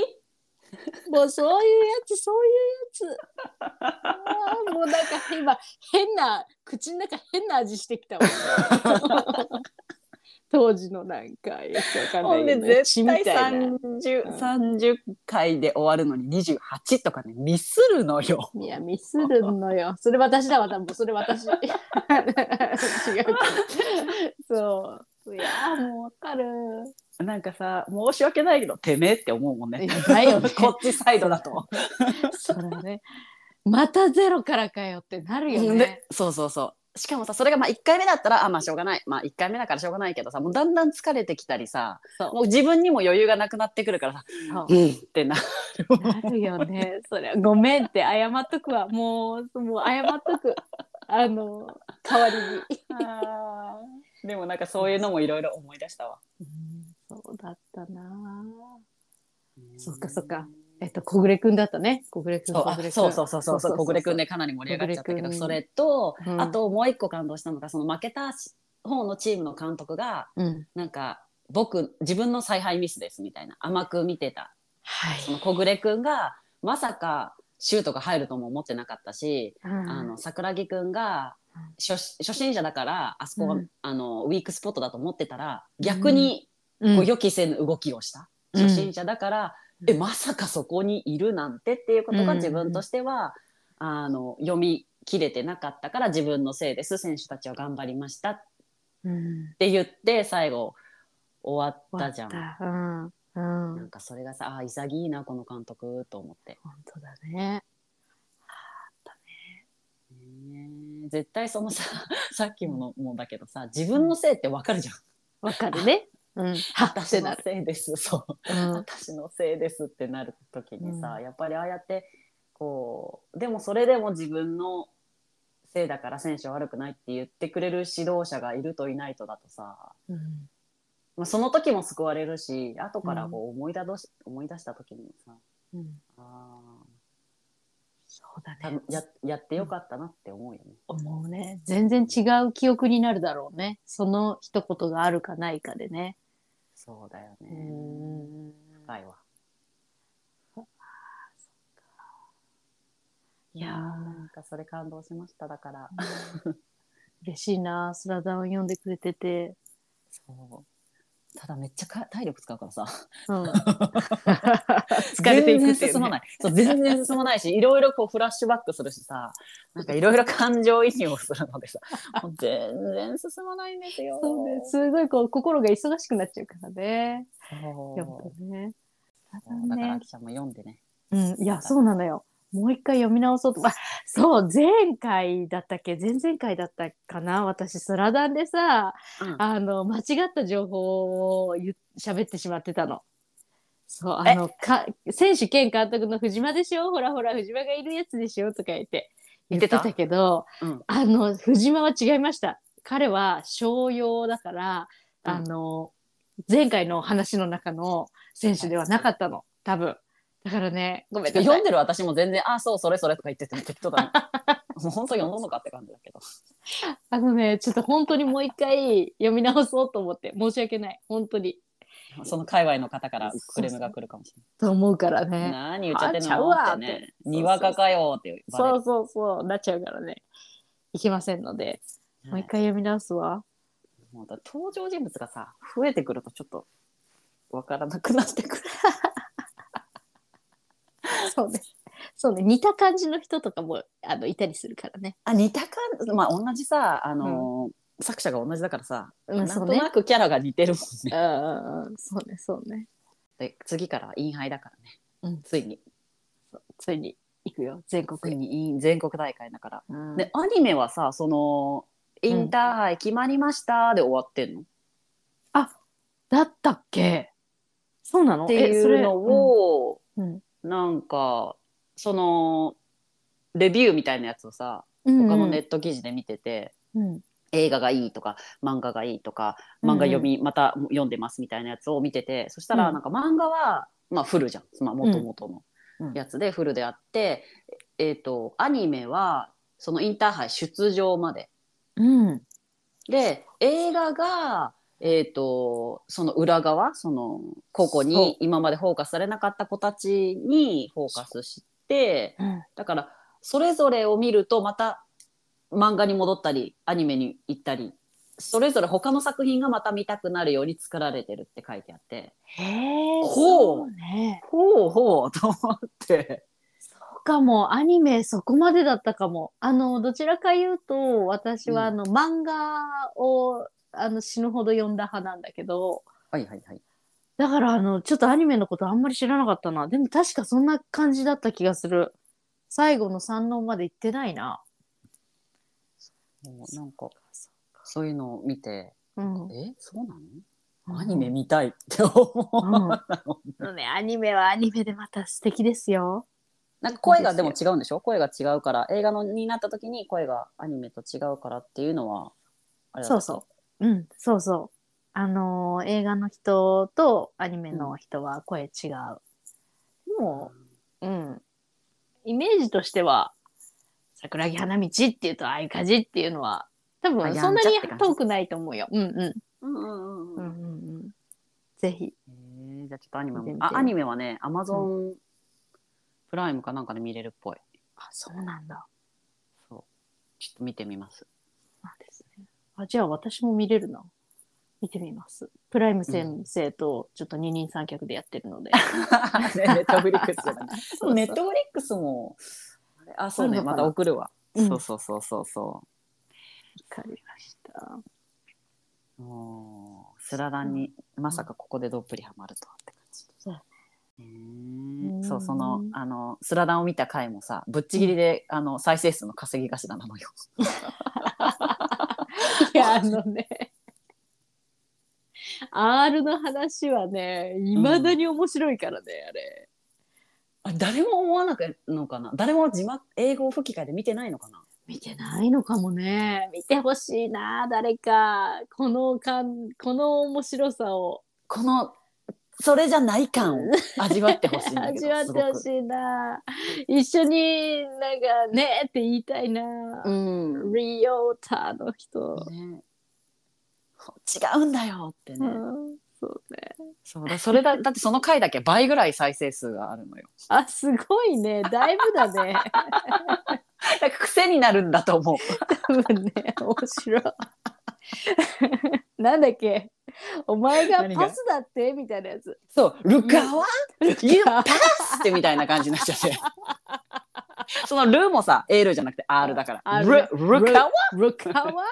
[SPEAKER 2] もうそういうやつそういうやつ。あー もうなんか今変な口の中変な味してきたわ。 当時のなんかよくわかんないよね血みたいな。
[SPEAKER 1] 30
[SPEAKER 2] うん
[SPEAKER 1] 30回で終わるのに28とかねミスるのよ。
[SPEAKER 2] いや、ミスるの よ。それ私だわ、多分それ 私。違うけど。そう。いやー、もうわかる。
[SPEAKER 1] なんかさ申し訳ないけどてめえって思うもん
[SPEAKER 2] い
[SPEAKER 1] ね。。
[SPEAKER 2] やないよね
[SPEAKER 1] こっちサイドだと。
[SPEAKER 2] それはね。またゼロからかよってなるよね
[SPEAKER 1] で。そうそうそうしかもさそれがまあ1回目だったらあまあしょうがないまあ1回目だからしょうがないけどさもうだんだん疲れてきたりさ
[SPEAKER 2] そう
[SPEAKER 1] もう自分にも余裕がなくなってくるからさ
[SPEAKER 2] そう
[SPEAKER 1] うんってな
[SPEAKER 2] なるよね。それはごめんって謝っとくわ。もう、もう謝っとく。あの、代わり に。
[SPEAKER 1] でもなんかそういうのもいろいろ思い出したわ
[SPEAKER 2] そうだったなぁ。そっかそっかえっと、小暮くんだったね。小暮くん。
[SPEAKER 1] そうあそうそうそうそうそう小暮くん
[SPEAKER 2] ね。
[SPEAKER 1] ねかなり盛り上がっちゃったけ
[SPEAKER 2] 小暮
[SPEAKER 1] ど
[SPEAKER 2] 君
[SPEAKER 1] それと、
[SPEAKER 2] うん
[SPEAKER 1] あともう一個感動したのがその負けた方のチームの監督が
[SPEAKER 2] うん。
[SPEAKER 1] なんか僕自分の采配ミスですみたいな甘く見てた
[SPEAKER 2] はい。
[SPEAKER 1] その小暮くんがまさかシュートが入るとも思ってなかったし、あの桜木くんが初初心者だからあそこは、
[SPEAKER 2] うん
[SPEAKER 1] あのウィークスポットだと思ってたら逆に
[SPEAKER 2] うん、
[SPEAKER 1] こう予期せぬ動きをした、
[SPEAKER 2] うん
[SPEAKER 1] 初心者だから、
[SPEAKER 2] うん
[SPEAKER 1] えまさかそこにいるなんてっていうことが自分としては、あの読み切れてなかったから自分のせいです選手たちは頑張りましたっ
[SPEAKER 2] うん
[SPEAKER 1] て言って最後終わったじゃん。
[SPEAKER 2] 終わったうん。うん。
[SPEAKER 1] なんかそれがさ、あー潔いな、この監督と思って。
[SPEAKER 2] 本当だね。
[SPEAKER 1] ねえ絶対そのさ、 さっきものもだけどさ、自分のせいってわかるじゃん。
[SPEAKER 2] わかるね。うん。はっって
[SPEAKER 1] 私
[SPEAKER 2] な
[SPEAKER 1] の
[SPEAKER 2] る。
[SPEAKER 1] せいです、そう。
[SPEAKER 2] うん。
[SPEAKER 1] 私のせいですってなる時にさ、
[SPEAKER 2] うん
[SPEAKER 1] やっぱりああやってこうでもそれでも自分のせいだから選手は悪くないって言ってくれる指導者がいるといないとだとさ、
[SPEAKER 2] うん
[SPEAKER 1] まあ、その時も救われるし後からこう思い出どし、思い出した時にさ
[SPEAKER 2] うん。
[SPEAKER 1] あー
[SPEAKER 2] そうだ
[SPEAKER 1] た
[SPEAKER 2] ね。
[SPEAKER 1] ややってよかったなって思うよね。
[SPEAKER 2] 思うね。全然違う記憶になるだろうね。その一言があるかないかでね。
[SPEAKER 1] そうだよ
[SPEAKER 2] う
[SPEAKER 1] ね。
[SPEAKER 2] ん。
[SPEAKER 1] 深いわ。
[SPEAKER 2] いや
[SPEAKER 1] なんかそれ感動しましただから。
[SPEAKER 2] ー、嬉しいな。スラダンを読んでくれてて。
[SPEAKER 1] そうただめっちゃか体力使うからさ。
[SPEAKER 2] うん。
[SPEAKER 1] 疲
[SPEAKER 2] 疲
[SPEAKER 1] れ
[SPEAKER 2] れ
[SPEAKER 1] て
[SPEAKER 2] て
[SPEAKER 1] い
[SPEAKER 2] い
[SPEAKER 1] くっ
[SPEAKER 2] くってて
[SPEAKER 1] い
[SPEAKER 2] い
[SPEAKER 1] ね全然
[SPEAKER 2] ううね
[SPEAKER 1] 進まない。そう、全然進まないし、いろいろこうフラッシュバックするしさ、なんかいろいろ感情移入をするのでさ、もう全然進まないんですよ。
[SPEAKER 2] そうね。すごいこう、心が忙しくなっちゃうからね。
[SPEAKER 1] そう
[SPEAKER 2] やっぱね。
[SPEAKER 1] だから、あきちゃんも読んでね。
[SPEAKER 2] うん、いや、そうなのよ。もう一回読み直そうと。 あ、そう、前回だったっけ前々回だったかな私、スラダンでさ、
[SPEAKER 1] うん
[SPEAKER 2] あの、間違った情報を言っ喋ってしまってたの。そう、あの、か選手兼監督の藤間でしょほらほら、藤間がいるやつでしょとか言って、
[SPEAKER 1] 言っ
[SPEAKER 2] 言ってて
[SPEAKER 1] た
[SPEAKER 2] たけど、
[SPEAKER 1] うん
[SPEAKER 2] あの、藤間は違いました。彼は商用だから、
[SPEAKER 1] うん
[SPEAKER 2] あの、前回の話の中の選手ではなかったの、多分。だからね、ごめんなさ
[SPEAKER 1] 読
[SPEAKER 2] い
[SPEAKER 1] ん。でる私も全然、あ、そう、それそれとか言ってても適当だな。 もう本当読んどんのかって感じだけど。
[SPEAKER 2] あのね、ちょっと本当にもう一回読み直そうと思って、申し訳ない。本当に。
[SPEAKER 1] その界隈の方からクレームが来るかもし
[SPEAKER 2] と思うから
[SPEAKER 1] れ
[SPEAKER 2] ね。
[SPEAKER 1] ない。何言っちゃってん
[SPEAKER 2] あちゃう
[SPEAKER 1] の
[SPEAKER 2] わ
[SPEAKER 1] って
[SPEAKER 2] っ
[SPEAKER 1] ね。
[SPEAKER 2] て
[SPEAKER 1] にわかかよって言わ
[SPEAKER 2] そ
[SPEAKER 1] れ
[SPEAKER 2] うそうそう、なっちゃうからね。いけませんので、
[SPEAKER 1] る。
[SPEAKER 2] も
[SPEAKER 1] は
[SPEAKER 2] う
[SPEAKER 1] い
[SPEAKER 2] 一回読み直すわ。
[SPEAKER 1] もうだ登場人物がさ増えてくるとちょっとわからなくなってくる。
[SPEAKER 2] そうね。そうね。似た感じの人とかも、あの、いたりするからね。
[SPEAKER 1] あ似たかまあ同じさあのー、作者が同じだからさ、
[SPEAKER 2] うん、
[SPEAKER 1] なん
[SPEAKER 2] そ
[SPEAKER 1] と
[SPEAKER 2] うね。
[SPEAKER 1] なくキャラが似てるもん
[SPEAKER 2] う
[SPEAKER 1] ね。
[SPEAKER 2] ん、うんそうね、そうね。
[SPEAKER 1] で次からはインハイだからね。
[SPEAKER 2] うん
[SPEAKER 1] ついに
[SPEAKER 2] ついに行くよ、
[SPEAKER 1] つ
[SPEAKER 2] 全
[SPEAKER 1] い
[SPEAKER 2] 国に。
[SPEAKER 1] にイン全国大会だから。
[SPEAKER 2] うん
[SPEAKER 1] でアニメはさそのインターハイ決まりましたで終わってんの、っ
[SPEAKER 2] だったっけそうなの
[SPEAKER 1] ていうの、を、
[SPEAKER 2] えそれうん
[SPEAKER 1] なんかそのレビューみたいなやつをさ
[SPEAKER 2] うん、
[SPEAKER 1] 他のネット記事で見てて。
[SPEAKER 2] うん、
[SPEAKER 1] 映画がいいとか漫画がいいとか漫画読み、また読んでますみたいなやつを見ててそしたら
[SPEAKER 2] うん
[SPEAKER 1] なんか漫画は、まあ、フルじゃんもともとの
[SPEAKER 2] うん
[SPEAKER 1] やつでフルであって、えっとアニメはそのインターハイ出場まで
[SPEAKER 2] うん、うん。
[SPEAKER 1] で映画が、えっとその裏側その個々
[SPEAKER 2] そう
[SPEAKER 1] に今までフォーカスされなかった子たちにフォーカスして
[SPEAKER 2] うん
[SPEAKER 1] だからそれぞれを見るとまた漫画に戻ったりアニメに行ったりそれぞれ他の作品がまた見たくなるように作られてるって書いてあって
[SPEAKER 2] へえ、
[SPEAKER 1] ほう
[SPEAKER 2] そうね。
[SPEAKER 1] ほうほうと思って
[SPEAKER 2] そうかも、アニメそこまでだったかも。あの、どちらか言うと、私はあ
[SPEAKER 1] う
[SPEAKER 2] の、漫画を、あの、死ぬほど読んだ派なんだけど、
[SPEAKER 1] はいはいはい
[SPEAKER 2] だからあの、ちょっとアニメのことあんまり知らなかったな。でも確かそんな感じだった気がする。最後の三能まで行ってないな。
[SPEAKER 1] もうなんかそういうのを見て
[SPEAKER 2] うん。
[SPEAKER 1] えそうなのアニメ見たいって思う、
[SPEAKER 2] うんそうね、アニメはアニメでまた素敵ですよ。
[SPEAKER 1] なんか声がでも違うんでしょ声が違うから映画のになった時に声がアニメと違うからっていうのはあれだ
[SPEAKER 2] そうそう。うん、そうそう。あのー映画の人とアニメの人は声違う。でも、うん。イメージとしては、桜木花道っていうと、あいかじっていうのは、多
[SPEAKER 1] あ
[SPEAKER 2] 分
[SPEAKER 1] やんちゃ
[SPEAKER 2] そんなに
[SPEAKER 1] って感じ
[SPEAKER 2] 遠くないと思うよ。うんう
[SPEAKER 1] うんうんうん
[SPEAKER 2] ん。う
[SPEAKER 1] うんん
[SPEAKER 2] うんうん。ぜひ。
[SPEAKER 1] えー、じゃあちょっとアニメ
[SPEAKER 2] 見て
[SPEAKER 1] も
[SPEAKER 2] みて
[SPEAKER 1] あアニメはねアマゾンプライムかなんかで見れるっぽい
[SPEAKER 2] あ、そうなんだ。
[SPEAKER 1] そうちょっと見てみます
[SPEAKER 2] なんですね。あ、じゃあ私も見れるな。見てみます。プライム先生とちょっと二人三脚でやってるので。
[SPEAKER 1] ネットフリックスじ ゃない
[SPEAKER 2] そうそう
[SPEAKER 1] ネットフリックスもあれあそう
[SPEAKER 2] あ
[SPEAKER 1] ね
[SPEAKER 2] るのか
[SPEAKER 1] ま
[SPEAKER 2] な
[SPEAKER 1] た送るわ、
[SPEAKER 2] うん
[SPEAKER 1] そうそうそうそうそ
[SPEAKER 2] わかりました。
[SPEAKER 1] うおースラダンにまさかここでどっぷりハマるとはって感じ。
[SPEAKER 2] そうだ
[SPEAKER 1] ね
[SPEAKER 2] うん
[SPEAKER 1] えそうそのあのスラダンを見た回もさぶっちぎりで、あの再生数の稼ぎ頭なのよ。
[SPEAKER 2] いや、あのね、R の話はね、いまだに面白いからね、あれ。
[SPEAKER 1] あ誰も思わなくのかな誰も字幕英語吹き替えで見てないのかな
[SPEAKER 2] 見てないのかもね。見てほしいな、誰か。この感、この面白さを
[SPEAKER 1] このそれじゃない感を 味わってほしいんだけ
[SPEAKER 2] 味
[SPEAKER 1] ど
[SPEAKER 2] わってほし
[SPEAKER 1] い。
[SPEAKER 2] いな。一緒になんかねって言いたいな。
[SPEAKER 1] うん
[SPEAKER 2] リオーターの人。
[SPEAKER 1] ね、違うんだよって
[SPEAKER 2] う
[SPEAKER 1] ね、
[SPEAKER 2] ん、そうね。
[SPEAKER 1] そうだそれだだってその回だけ倍ぐらい再生数があるのよ
[SPEAKER 2] あ、すごいね。だいぶだね。
[SPEAKER 1] なんか癖になるんだと思う
[SPEAKER 2] 多分ね、面白い。 なんだっけお前が
[SPEAKER 1] 何が
[SPEAKER 2] パスだってみたいなやつ。
[SPEAKER 1] そう「ルカワ You
[SPEAKER 2] カ
[SPEAKER 1] pass!」ってみたいな感じになっちゃって その「ル」もさ「L」じゃなくて「R」だか
[SPEAKER 2] R
[SPEAKER 1] ら「ル」ルカワ
[SPEAKER 2] ルカワ
[SPEAKER 1] っ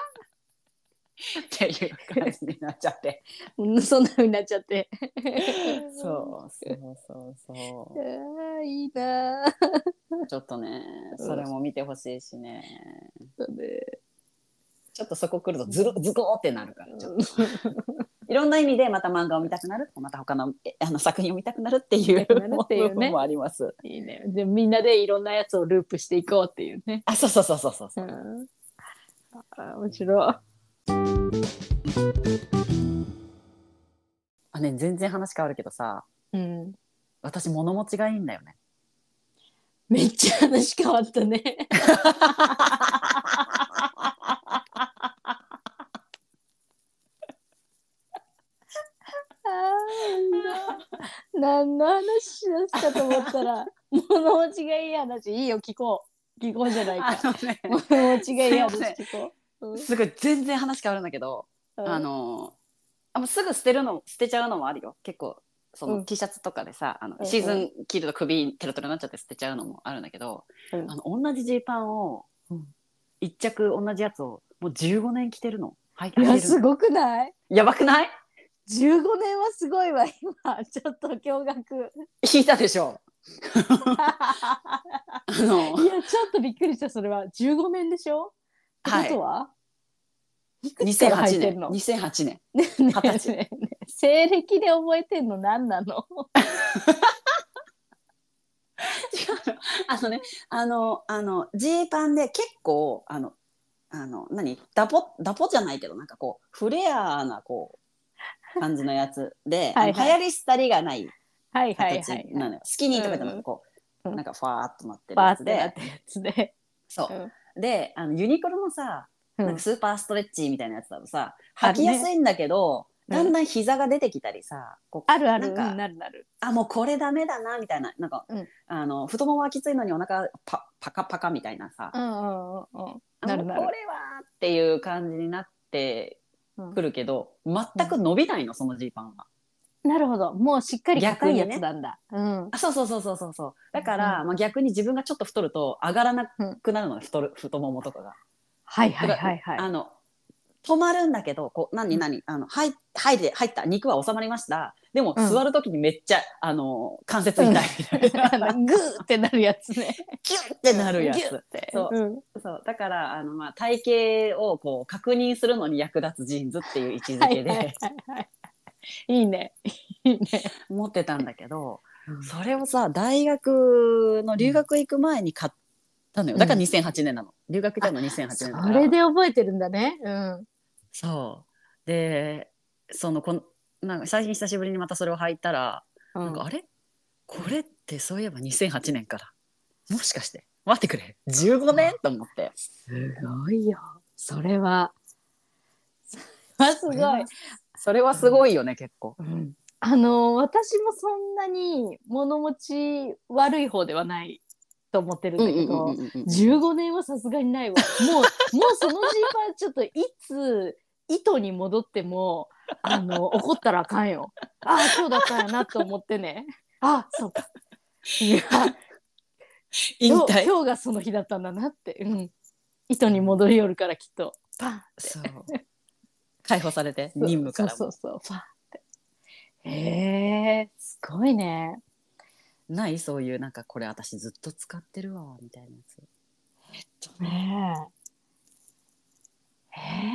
[SPEAKER 1] ていう感じになっちゃって
[SPEAKER 2] うん そんな風になっちゃって。
[SPEAKER 1] そうそうそうそう
[SPEAKER 2] あーいいなー
[SPEAKER 1] ちょっとね、それも見てほしいしね。
[SPEAKER 2] そうね
[SPEAKER 1] ちょっとそこ来るとズルズコーってなるから、ちょっといろんな意味でまた漫画を見たくなる、また他のえあの作品を見たくなるってい
[SPEAKER 2] 見
[SPEAKER 1] う
[SPEAKER 2] たくなるっていうね
[SPEAKER 1] 部分もあります。
[SPEAKER 2] いいね。でみんなでいろんなやつをループしていこうっていうね。
[SPEAKER 1] あ、そうそうそうそうそう。
[SPEAKER 2] うん、あー面白い。
[SPEAKER 1] あね、全然話変わるけどさ、
[SPEAKER 2] うん、
[SPEAKER 1] 私物持ちがいいんだよね。
[SPEAKER 2] めっちゃ話変わったね。あーいいな何の話しだすかと思ったら物持ちがいい話いいよ聞こう聞こうじゃない
[SPEAKER 1] あの
[SPEAKER 2] か
[SPEAKER 1] ね、
[SPEAKER 2] 物持ちがいい話
[SPEAKER 1] すいま
[SPEAKER 2] 聞こう、
[SPEAKER 1] すごい全然話変わるんだけど、
[SPEAKER 2] うん
[SPEAKER 1] あの、あもうすぐ捨てるの、捨てちゃうのもあるよ。結構、その、
[SPEAKER 2] うん
[SPEAKER 1] T シャツとかでさ、あの
[SPEAKER 2] うんうん
[SPEAKER 1] シーズン着ると首テロテロになっちゃって捨てちゃうのもあるんだけど、
[SPEAKER 2] うん
[SPEAKER 1] あの同じジーパンを
[SPEAKER 2] うん
[SPEAKER 1] 一着同じやつをもう15年着てるの。はい、
[SPEAKER 2] い
[SPEAKER 1] 履
[SPEAKER 2] や
[SPEAKER 1] いてる
[SPEAKER 2] す
[SPEAKER 1] の
[SPEAKER 2] ごくない
[SPEAKER 1] やばくない
[SPEAKER 2] ?15 年はすごいわ今ちょっと驚愕
[SPEAKER 1] 引いたでしょ。あの
[SPEAKER 2] いやちょっとびっくりしたそれは15年でしょ
[SPEAKER 1] はい
[SPEAKER 2] ってことはから履
[SPEAKER 1] 2008
[SPEAKER 2] いてる
[SPEAKER 1] 年
[SPEAKER 2] の
[SPEAKER 1] 2008年
[SPEAKER 2] ね
[SPEAKER 1] 二十歳
[SPEAKER 2] ねね西暦で覚えてんの何なの
[SPEAKER 1] あのねあのあのジーパンで結構あのあの何ダポダポじゃないけどなんかこうフレアなこう感じのやつで
[SPEAKER 2] はいはい
[SPEAKER 1] あの流行り廃りがない
[SPEAKER 2] はいはい
[SPEAKER 1] 形
[SPEAKER 2] はい
[SPEAKER 1] なのよ、スキニーとかじゃなくてこう、
[SPEAKER 2] うん
[SPEAKER 1] なんかファーっとなってる
[SPEAKER 2] バー
[SPEAKER 1] や
[SPEAKER 2] っ
[SPEAKER 1] つ
[SPEAKER 2] てなっ
[SPEAKER 1] で
[SPEAKER 2] たやつで、
[SPEAKER 1] そううんであのユニクロのさ
[SPEAKER 2] う
[SPEAKER 1] なん
[SPEAKER 2] ん
[SPEAKER 1] か、スーパーストレッチみたいなやつだとさ
[SPEAKER 2] あ
[SPEAKER 1] 履
[SPEAKER 2] る
[SPEAKER 1] き
[SPEAKER 2] ね
[SPEAKER 1] やすいんだけど、
[SPEAKER 2] うん
[SPEAKER 1] だんだん膝が出てきたりさこう
[SPEAKER 2] あるある
[SPEAKER 1] なんか
[SPEAKER 2] うんなるなる
[SPEAKER 1] あもうこれダメだなみたいななんか、
[SPEAKER 2] うん
[SPEAKER 1] あの太ももはきついのにお腹パパカパカみたいなさ、
[SPEAKER 2] うんうんうんうん
[SPEAKER 1] あ
[SPEAKER 2] なるな
[SPEAKER 1] も
[SPEAKER 2] る
[SPEAKER 1] うこれはっていう感じになって
[SPEAKER 2] うん
[SPEAKER 1] くるけど全く伸びないのそのジーパンは。
[SPEAKER 2] なるほど。もうしっかり
[SPEAKER 1] 逆
[SPEAKER 2] 硬い
[SPEAKER 1] にね
[SPEAKER 2] やつなんだ。うん。
[SPEAKER 1] あそうそうそうそうそうそうだから、まあ、逆に自分がちょっと太ると上がらなくなるのよ太る太ももとかが。
[SPEAKER 2] はいはいはいはい。
[SPEAKER 1] あの止まるんだけどこう何何、あの入入って入った肉は収まりましたでも、
[SPEAKER 2] うん
[SPEAKER 1] 座る時にめっちゃあの関節痛いみたいな、
[SPEAKER 2] あ のグーってなるやつね。
[SPEAKER 1] キュッてなるや
[SPEAKER 2] ギュッ
[SPEAKER 1] つ
[SPEAKER 2] て。
[SPEAKER 1] そう
[SPEAKER 2] うん
[SPEAKER 1] そうだからあの、まあ、体型をこう確認するのに役立つジーンズっていう位置づ
[SPEAKER 2] はい
[SPEAKER 1] け
[SPEAKER 2] はいはい
[SPEAKER 1] で
[SPEAKER 2] はい。いいね。いいね。
[SPEAKER 1] 持ってたんだけど、それをさ大学の留学行く前に買ったのよだから2008年なの、留学行ったの2008
[SPEAKER 2] そ
[SPEAKER 1] 年だから
[SPEAKER 2] れで覚えてるんだね。うん。
[SPEAKER 1] そうでそのこのなんか最近久しぶりにまたそれを履いたら
[SPEAKER 2] う
[SPEAKER 1] なん
[SPEAKER 2] ん
[SPEAKER 1] か、あれこれってそういえば2008年からもしかして待ってくれ15年と思って
[SPEAKER 2] すごいよ。それは。それはすご。
[SPEAKER 1] それはいそれはすごいよね、結構
[SPEAKER 2] うんあの私もそんなに物持ち悪い方ではないと思ってるんだけど、15年はさすがにないわもう もうそのジーパンちょっといつ糸に戻ってもあの怒ったらあかんよああそうだったんやなと思ってねあそうかいや
[SPEAKER 1] 引
[SPEAKER 2] 今日
[SPEAKER 1] 退
[SPEAKER 2] 今日がその日だったんだなって、うん、糸に戻りよるからきっとパン
[SPEAKER 1] そう解放されて、
[SPEAKER 2] そう
[SPEAKER 1] 任務から
[SPEAKER 2] そ
[SPEAKER 1] も。
[SPEAKER 2] うそうそうファーってへえすごいね
[SPEAKER 1] ないそういう、なんかこれ私ずっと使ってるわ、みたいなやつ。
[SPEAKER 2] ねえへ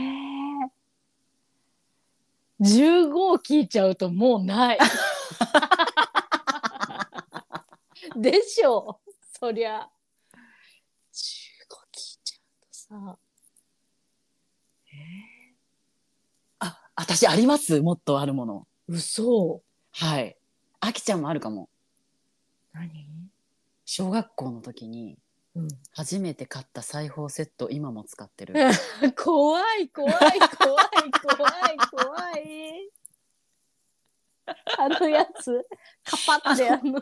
[SPEAKER 2] え15を聞いちゃうともうない でしょうそりゃ15聞いちゃうとさ
[SPEAKER 1] あ、私ありますもっとあるもの。
[SPEAKER 2] 嘘
[SPEAKER 1] はい。あきちゃんもあるかも。
[SPEAKER 2] 何
[SPEAKER 1] 小学校の時に、
[SPEAKER 2] うん
[SPEAKER 1] 初めて買った裁縫セット、今も使ってる。
[SPEAKER 2] 怖い怖い怖い怖い怖いあのやつカパってあ の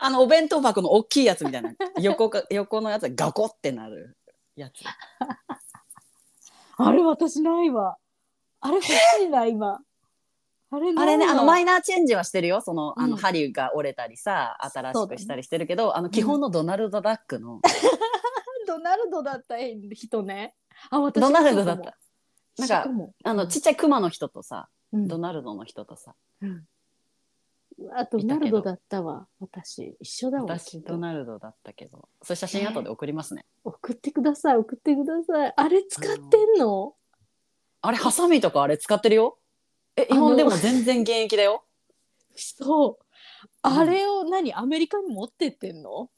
[SPEAKER 1] あのお弁当箱の大きいやつみたいな 横か横のやつがガコってなるやつ
[SPEAKER 2] あれ私ないわあれ欲しいな今あれないわ
[SPEAKER 1] あれねあのマイナーチェンジはしてるよその,、あ
[SPEAKER 2] うん
[SPEAKER 1] の針が折れたりさ新し
[SPEAKER 2] そうだ
[SPEAKER 1] く
[SPEAKER 2] ね
[SPEAKER 1] したりしてるけど、あの基本のドナルド・ダックの
[SPEAKER 2] ドナルドだった人ねあ私
[SPEAKER 1] ドナルドだっ
[SPEAKER 2] そ
[SPEAKER 1] たな
[SPEAKER 2] うかも
[SPEAKER 1] んか
[SPEAKER 2] そうも
[SPEAKER 1] あのちっちゃいクマの人とさ、
[SPEAKER 2] うん
[SPEAKER 1] ドナルドの人とさ
[SPEAKER 2] うわドナルドだったわ私一緒だわき
[SPEAKER 1] 私
[SPEAKER 2] っ
[SPEAKER 1] ド
[SPEAKER 2] と
[SPEAKER 1] ナルドだったけどそれ写真後で送りますね、
[SPEAKER 2] 送ってください送ってくださいあれ使ってんの
[SPEAKER 1] あれハサミとかあれ使ってるよえ
[SPEAKER 2] あ
[SPEAKER 1] 今
[SPEAKER 2] の
[SPEAKER 1] でも全然現役だ よ
[SPEAKER 2] そうあれを何アメリカに持ってってん の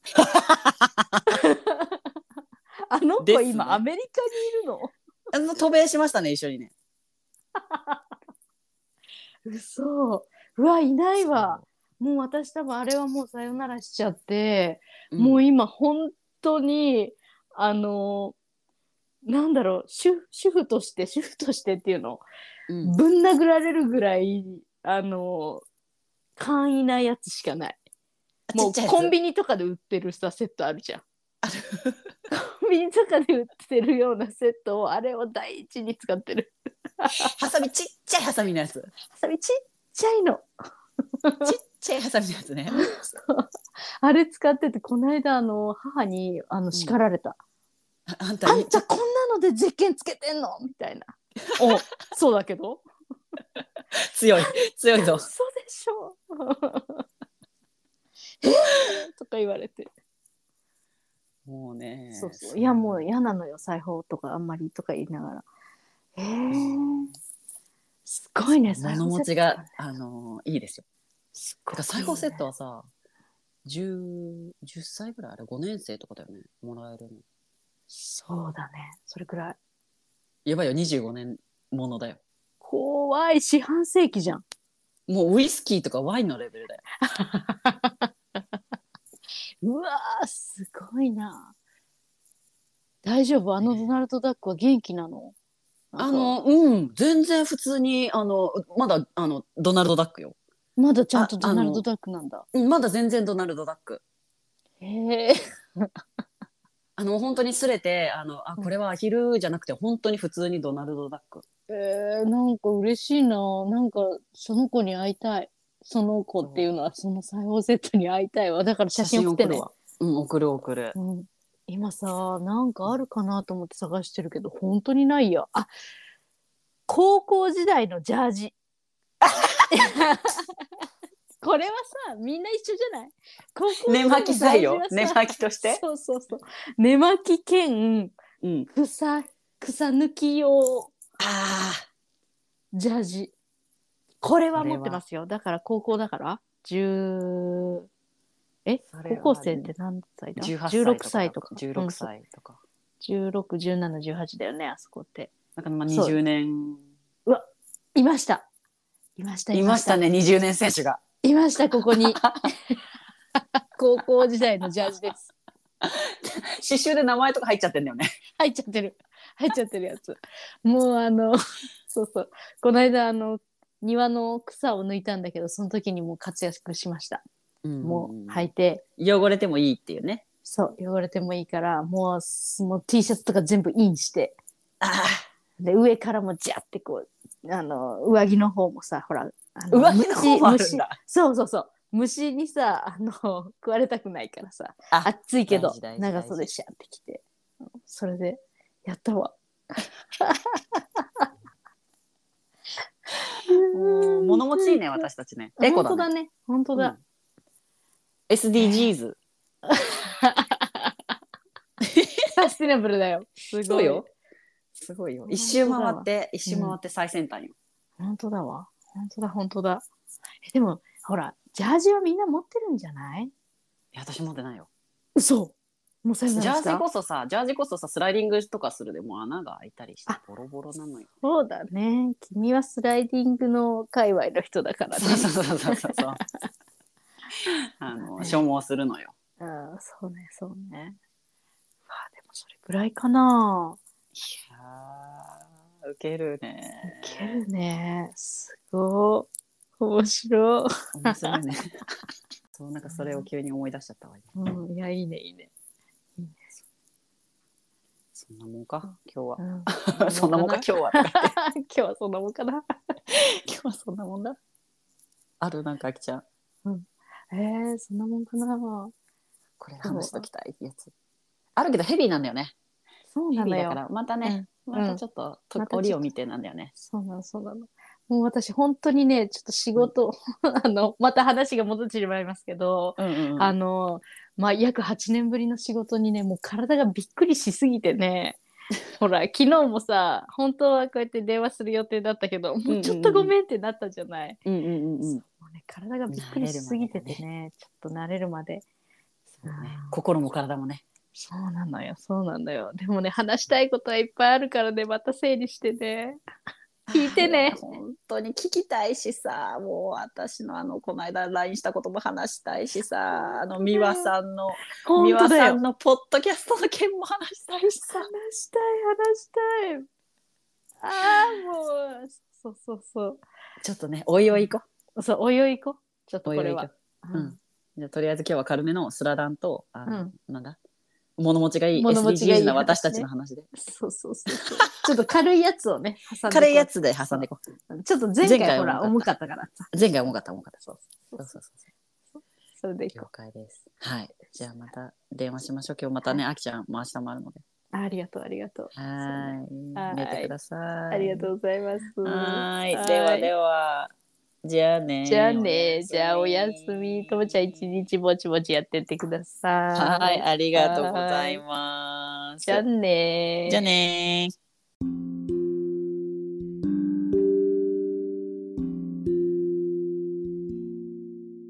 [SPEAKER 2] あの
[SPEAKER 1] で
[SPEAKER 2] 子
[SPEAKER 1] すね
[SPEAKER 2] 今、アメリカにいるの
[SPEAKER 1] あの渡米しましたね一緒にね
[SPEAKER 2] 嘘うわいないわもう私多分あれはもうさよならしちゃって、
[SPEAKER 1] そう、
[SPEAKER 2] も
[SPEAKER 1] う
[SPEAKER 2] うん今本当にあのなんだろう主主婦として主婦としてっていうの
[SPEAKER 1] うん
[SPEAKER 2] ぶん殴られるぐらいあの簡易なやつしかない もうコン
[SPEAKER 1] ビ
[SPEAKER 2] ビニとかで売ってるさセットあるじゃん。コンビニとかで売ってるようなセットをあれを第一に使ってる。
[SPEAKER 1] ハサミちっちゃいハサミ のやつ
[SPEAKER 2] ハサミちっちゃいの。
[SPEAKER 1] ちっちゃいハサミのやつね。
[SPEAKER 2] あれ使っててこの間あの母にあの叱られた。
[SPEAKER 1] ああん
[SPEAKER 2] あ
[SPEAKER 1] た
[SPEAKER 2] ん
[SPEAKER 1] に
[SPEAKER 2] たこんなので実験つけてんのみたいな。おそうだけど。
[SPEAKER 1] 強い強いぞ
[SPEAKER 2] 嘘。でしょ。 え ーとか言われて。
[SPEAKER 1] もうね。
[SPEAKER 2] そうそう。いやもう嫌なのよ裁縫とかあんまりとか言いながら。えー、すごいね裁
[SPEAKER 1] 物
[SPEAKER 2] 縫
[SPEAKER 1] 持
[SPEAKER 2] セ
[SPEAKER 1] ち
[SPEAKER 2] ット
[SPEAKER 1] があのいいですよ。
[SPEAKER 2] す
[SPEAKER 1] て
[SPEAKER 2] ごい
[SPEAKER 1] か
[SPEAKER 2] ね
[SPEAKER 1] 裁縫セットはさ、10 10歳ぐらいあれ5年生とかだよねもらえるの。
[SPEAKER 2] そうだねそれくらい
[SPEAKER 1] やばいよ25年ものだよ。
[SPEAKER 2] 怖い四半世紀じゃん
[SPEAKER 1] もうウイスキーとかワインのレベルだよ。
[SPEAKER 2] うわーすごいな大丈夫あのドナルド・ダックは元気なの
[SPEAKER 1] あ
[SPEAKER 2] なんか
[SPEAKER 1] のうん全然普通にあのまだあのドナルドダックよ。
[SPEAKER 2] まだちゃんと
[SPEAKER 1] あ
[SPEAKER 2] ド
[SPEAKER 1] あの
[SPEAKER 2] ナルド・ダックなんだ
[SPEAKER 1] うんまだ全然ドナルドダック。
[SPEAKER 2] へえ
[SPEAKER 1] あの本当にすれてあのあこれはアヒルじゃなくて本当に普通にドナルドダック。
[SPEAKER 2] えー、なんか嬉しいななんかその子に会いたいその子っていうのはその裁縫セットに会いたいわだから写真送ってね
[SPEAKER 1] 送るわ。うん送る送る。
[SPEAKER 2] うん、今さなんかあるかなと思って探してるけど本当にないやあ高校時代のジャー ジこれはさみんな一緒じゃない高校
[SPEAKER 1] 寝巻きだよ
[SPEAKER 2] ジャー。ジは
[SPEAKER 1] 寝
[SPEAKER 2] さ
[SPEAKER 1] 巻きとして。
[SPEAKER 2] そうそうそう寝巻き兼
[SPEAKER 1] うん。
[SPEAKER 2] 草草抜き用
[SPEAKER 1] あ
[SPEAKER 2] ジャージこれは
[SPEAKER 1] これは
[SPEAKER 2] 持ってますよだから高校だから10え
[SPEAKER 1] それは
[SPEAKER 2] 高校生って何歳
[SPEAKER 1] あ。
[SPEAKER 2] だ
[SPEAKER 1] 十八
[SPEAKER 2] 16歳とか
[SPEAKER 1] 十
[SPEAKER 2] うん
[SPEAKER 1] 六
[SPEAKER 2] そう
[SPEAKER 1] 歳とか。
[SPEAKER 2] 161718だよねあそこって
[SPEAKER 1] だからまあ
[SPEAKER 2] そう
[SPEAKER 1] 二十年。
[SPEAKER 2] いましたいました
[SPEAKER 1] いましたね、二十年選手が。
[SPEAKER 2] いましたここ に高校時代のジャージです
[SPEAKER 1] 刺繍で名前とか入っちゃってんだよね。
[SPEAKER 2] 入っちゃってる入っちゃってるやつもうあのそうそうこの間あの庭の草を抜いたんだけどその時にもう活躍しましたもう履
[SPEAKER 1] い。
[SPEAKER 2] いて
[SPEAKER 1] 汚れてもいいっていうね。
[SPEAKER 2] そう汚れてもいいからもうすもう T シャツとか全部インして
[SPEAKER 1] あ
[SPEAKER 2] で上からもジャってこうあの上着の方もさほらあ
[SPEAKER 1] あ、上着の方もあるん
[SPEAKER 2] 虫
[SPEAKER 1] だ。
[SPEAKER 2] そうそうそう虫にさあの 食われたくないからさ
[SPEAKER 1] あ
[SPEAKER 2] 暑いけど
[SPEAKER 1] 大事大事
[SPEAKER 2] 長袖シャってきてそれでやったわ
[SPEAKER 1] もう物持ちいいね、私たちね。エコ
[SPEAKER 2] 本
[SPEAKER 1] だ
[SPEAKER 2] 当だ
[SPEAKER 1] ね。
[SPEAKER 2] ね。本当だ。
[SPEAKER 1] うん SDGs。
[SPEAKER 2] サステナブルだよ。すごい。
[SPEAKER 1] そうよ。すごいよ。
[SPEAKER 2] 本当だ
[SPEAKER 1] 一周回って、一周回って最先端よ。
[SPEAKER 2] 本当だわ。本当だ、本当だ。えでも、ほら、ジャージはみんな持ってるんじゃない
[SPEAKER 1] いや、私持ってないよ。
[SPEAKER 2] 嘘もうそ
[SPEAKER 1] ジ
[SPEAKER 2] れな
[SPEAKER 1] ャ
[SPEAKER 2] んで
[SPEAKER 1] ージ
[SPEAKER 2] すか
[SPEAKER 1] こそさ、ジャージこそさ、スライディングとかするでもう穴が開いたりして
[SPEAKER 2] あ、
[SPEAKER 1] ボロボロなのよ。
[SPEAKER 2] そうだね。君はスライディングの界隈の人だからね
[SPEAKER 1] そ。うそうそうそうそうそう。 あの、消耗するのよ。
[SPEAKER 2] うん、そうね、そうね。まあ、でもそれぐらいかな。
[SPEAKER 1] いやー、ウケるね。
[SPEAKER 2] いけるね。すごい。面白い。
[SPEAKER 1] 面白いね。 そう、なんかそれを急に思い出しちゃったわ、今
[SPEAKER 2] うん、いや、いいね、いいね。
[SPEAKER 1] そんなもんか、今
[SPEAKER 2] う
[SPEAKER 1] 日
[SPEAKER 2] ん、
[SPEAKER 1] は。 そんなもんか、今日は。
[SPEAKER 2] 今日はそんなもんかな。 今日はそんなもんだ。
[SPEAKER 1] ある、なんか、あきちゃん。
[SPEAKER 2] えー、そんなもんかな。
[SPEAKER 1] これ話しときたいやつ。あるけど、ヘビーなんだよね。
[SPEAKER 2] そう
[SPEAKER 1] ヘ
[SPEAKER 2] な
[SPEAKER 1] ビー
[SPEAKER 2] の
[SPEAKER 1] だ
[SPEAKER 2] よ
[SPEAKER 1] か。ら、またね、
[SPEAKER 2] うん
[SPEAKER 1] またちょっと、と
[SPEAKER 2] またちょっと
[SPEAKER 1] 折を見てなんだよね。
[SPEAKER 2] そうなの、そうなの。もう私、本当にね、ちょっと仕事、 あの、また話が戻ってしまいますけど、
[SPEAKER 1] うんうんうん。
[SPEAKER 2] あの、まあ、約8年ぶりの仕事にね、もう体がびっくりしすぎて ね、ほら、昨日もさ、本当はこうやって電話する予定だったけど、もうちょっとごめんってなったじゃない。
[SPEAKER 1] うんうんうんうん。
[SPEAKER 2] もうね、体がびっくりしすぎててね、ちょっと慣れるまで。
[SPEAKER 1] そうね心も体もね。
[SPEAKER 2] そうなのよ、そうなんだよ。でもね、話したいことはいっぱいあるからね、また整理してね。聞いて ね。
[SPEAKER 1] 本当に聞きたいしさ、もう私のあのこの間 LINE したことも話したいしさ、あの美和さんの美和さんのポッドキャストの件も話したいしさ
[SPEAKER 2] 話。したい話したいああもうそうそうそ
[SPEAKER 1] ちょっとね、おいおい行こ
[SPEAKER 2] うそうおいおい行こうちょっ
[SPEAKER 1] う。
[SPEAKER 2] と
[SPEAKER 1] お
[SPEAKER 2] こ
[SPEAKER 1] いおい
[SPEAKER 2] れ
[SPEAKER 1] 行
[SPEAKER 2] は
[SPEAKER 1] こう。うん。じゃあとりあえず今日は軽めのスラダンと、あのなんだ物持ちがいい
[SPEAKER 2] 物持ちがいい
[SPEAKER 1] SDGs な私たちの話で。
[SPEAKER 2] そうそうそうそう ちょっと軽いやつをね挟んでこう
[SPEAKER 1] 軽いやつで挟んでいこう。
[SPEAKER 2] ちょっと前回
[SPEAKER 1] 前回
[SPEAKER 2] ほら重
[SPEAKER 1] 重
[SPEAKER 2] かったからさ
[SPEAKER 1] 前回重かった重かった。
[SPEAKER 2] そう
[SPEAKER 1] そ
[SPEAKER 2] そうう
[SPEAKER 1] そ
[SPEAKER 2] そう
[SPEAKER 1] そう
[SPEAKER 2] それでい
[SPEAKER 1] 了
[SPEAKER 2] こ
[SPEAKER 1] 解です。はい。じゃあまた電話しましょう。今日またね、あきちゃんも明日もあるので。
[SPEAKER 2] うありがとうありがとう
[SPEAKER 1] は。
[SPEAKER 2] はいい
[SPEAKER 1] 見てください。
[SPEAKER 2] ありがとうございます
[SPEAKER 1] はい。ではでは。じゃあね。
[SPEAKER 2] じゃあねじゃあおやすみともちゃん一日ぼちぼちやってってください
[SPEAKER 1] はい。ありがとうございます。
[SPEAKER 2] じゃあね
[SPEAKER 1] じゃあね。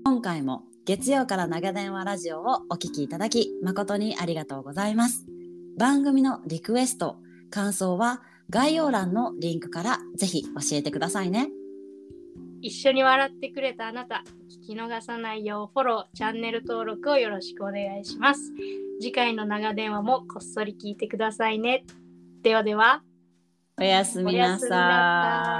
[SPEAKER 1] 今回も月曜から長電話ラジオをお聞きいただき誠にありがとうございます。番組のリクエスト、感想は概要欄のリンクからぜひ教えてくださいね。
[SPEAKER 3] 一緒に笑ってくれたあなた、聞き逃さないようフォロー、チャンネル登録をよろしくお願いします。次回の長電話もこっそり聞いてくださいね。ではでは。
[SPEAKER 1] おやすみな
[SPEAKER 3] おやすみな
[SPEAKER 1] さ
[SPEAKER 3] さ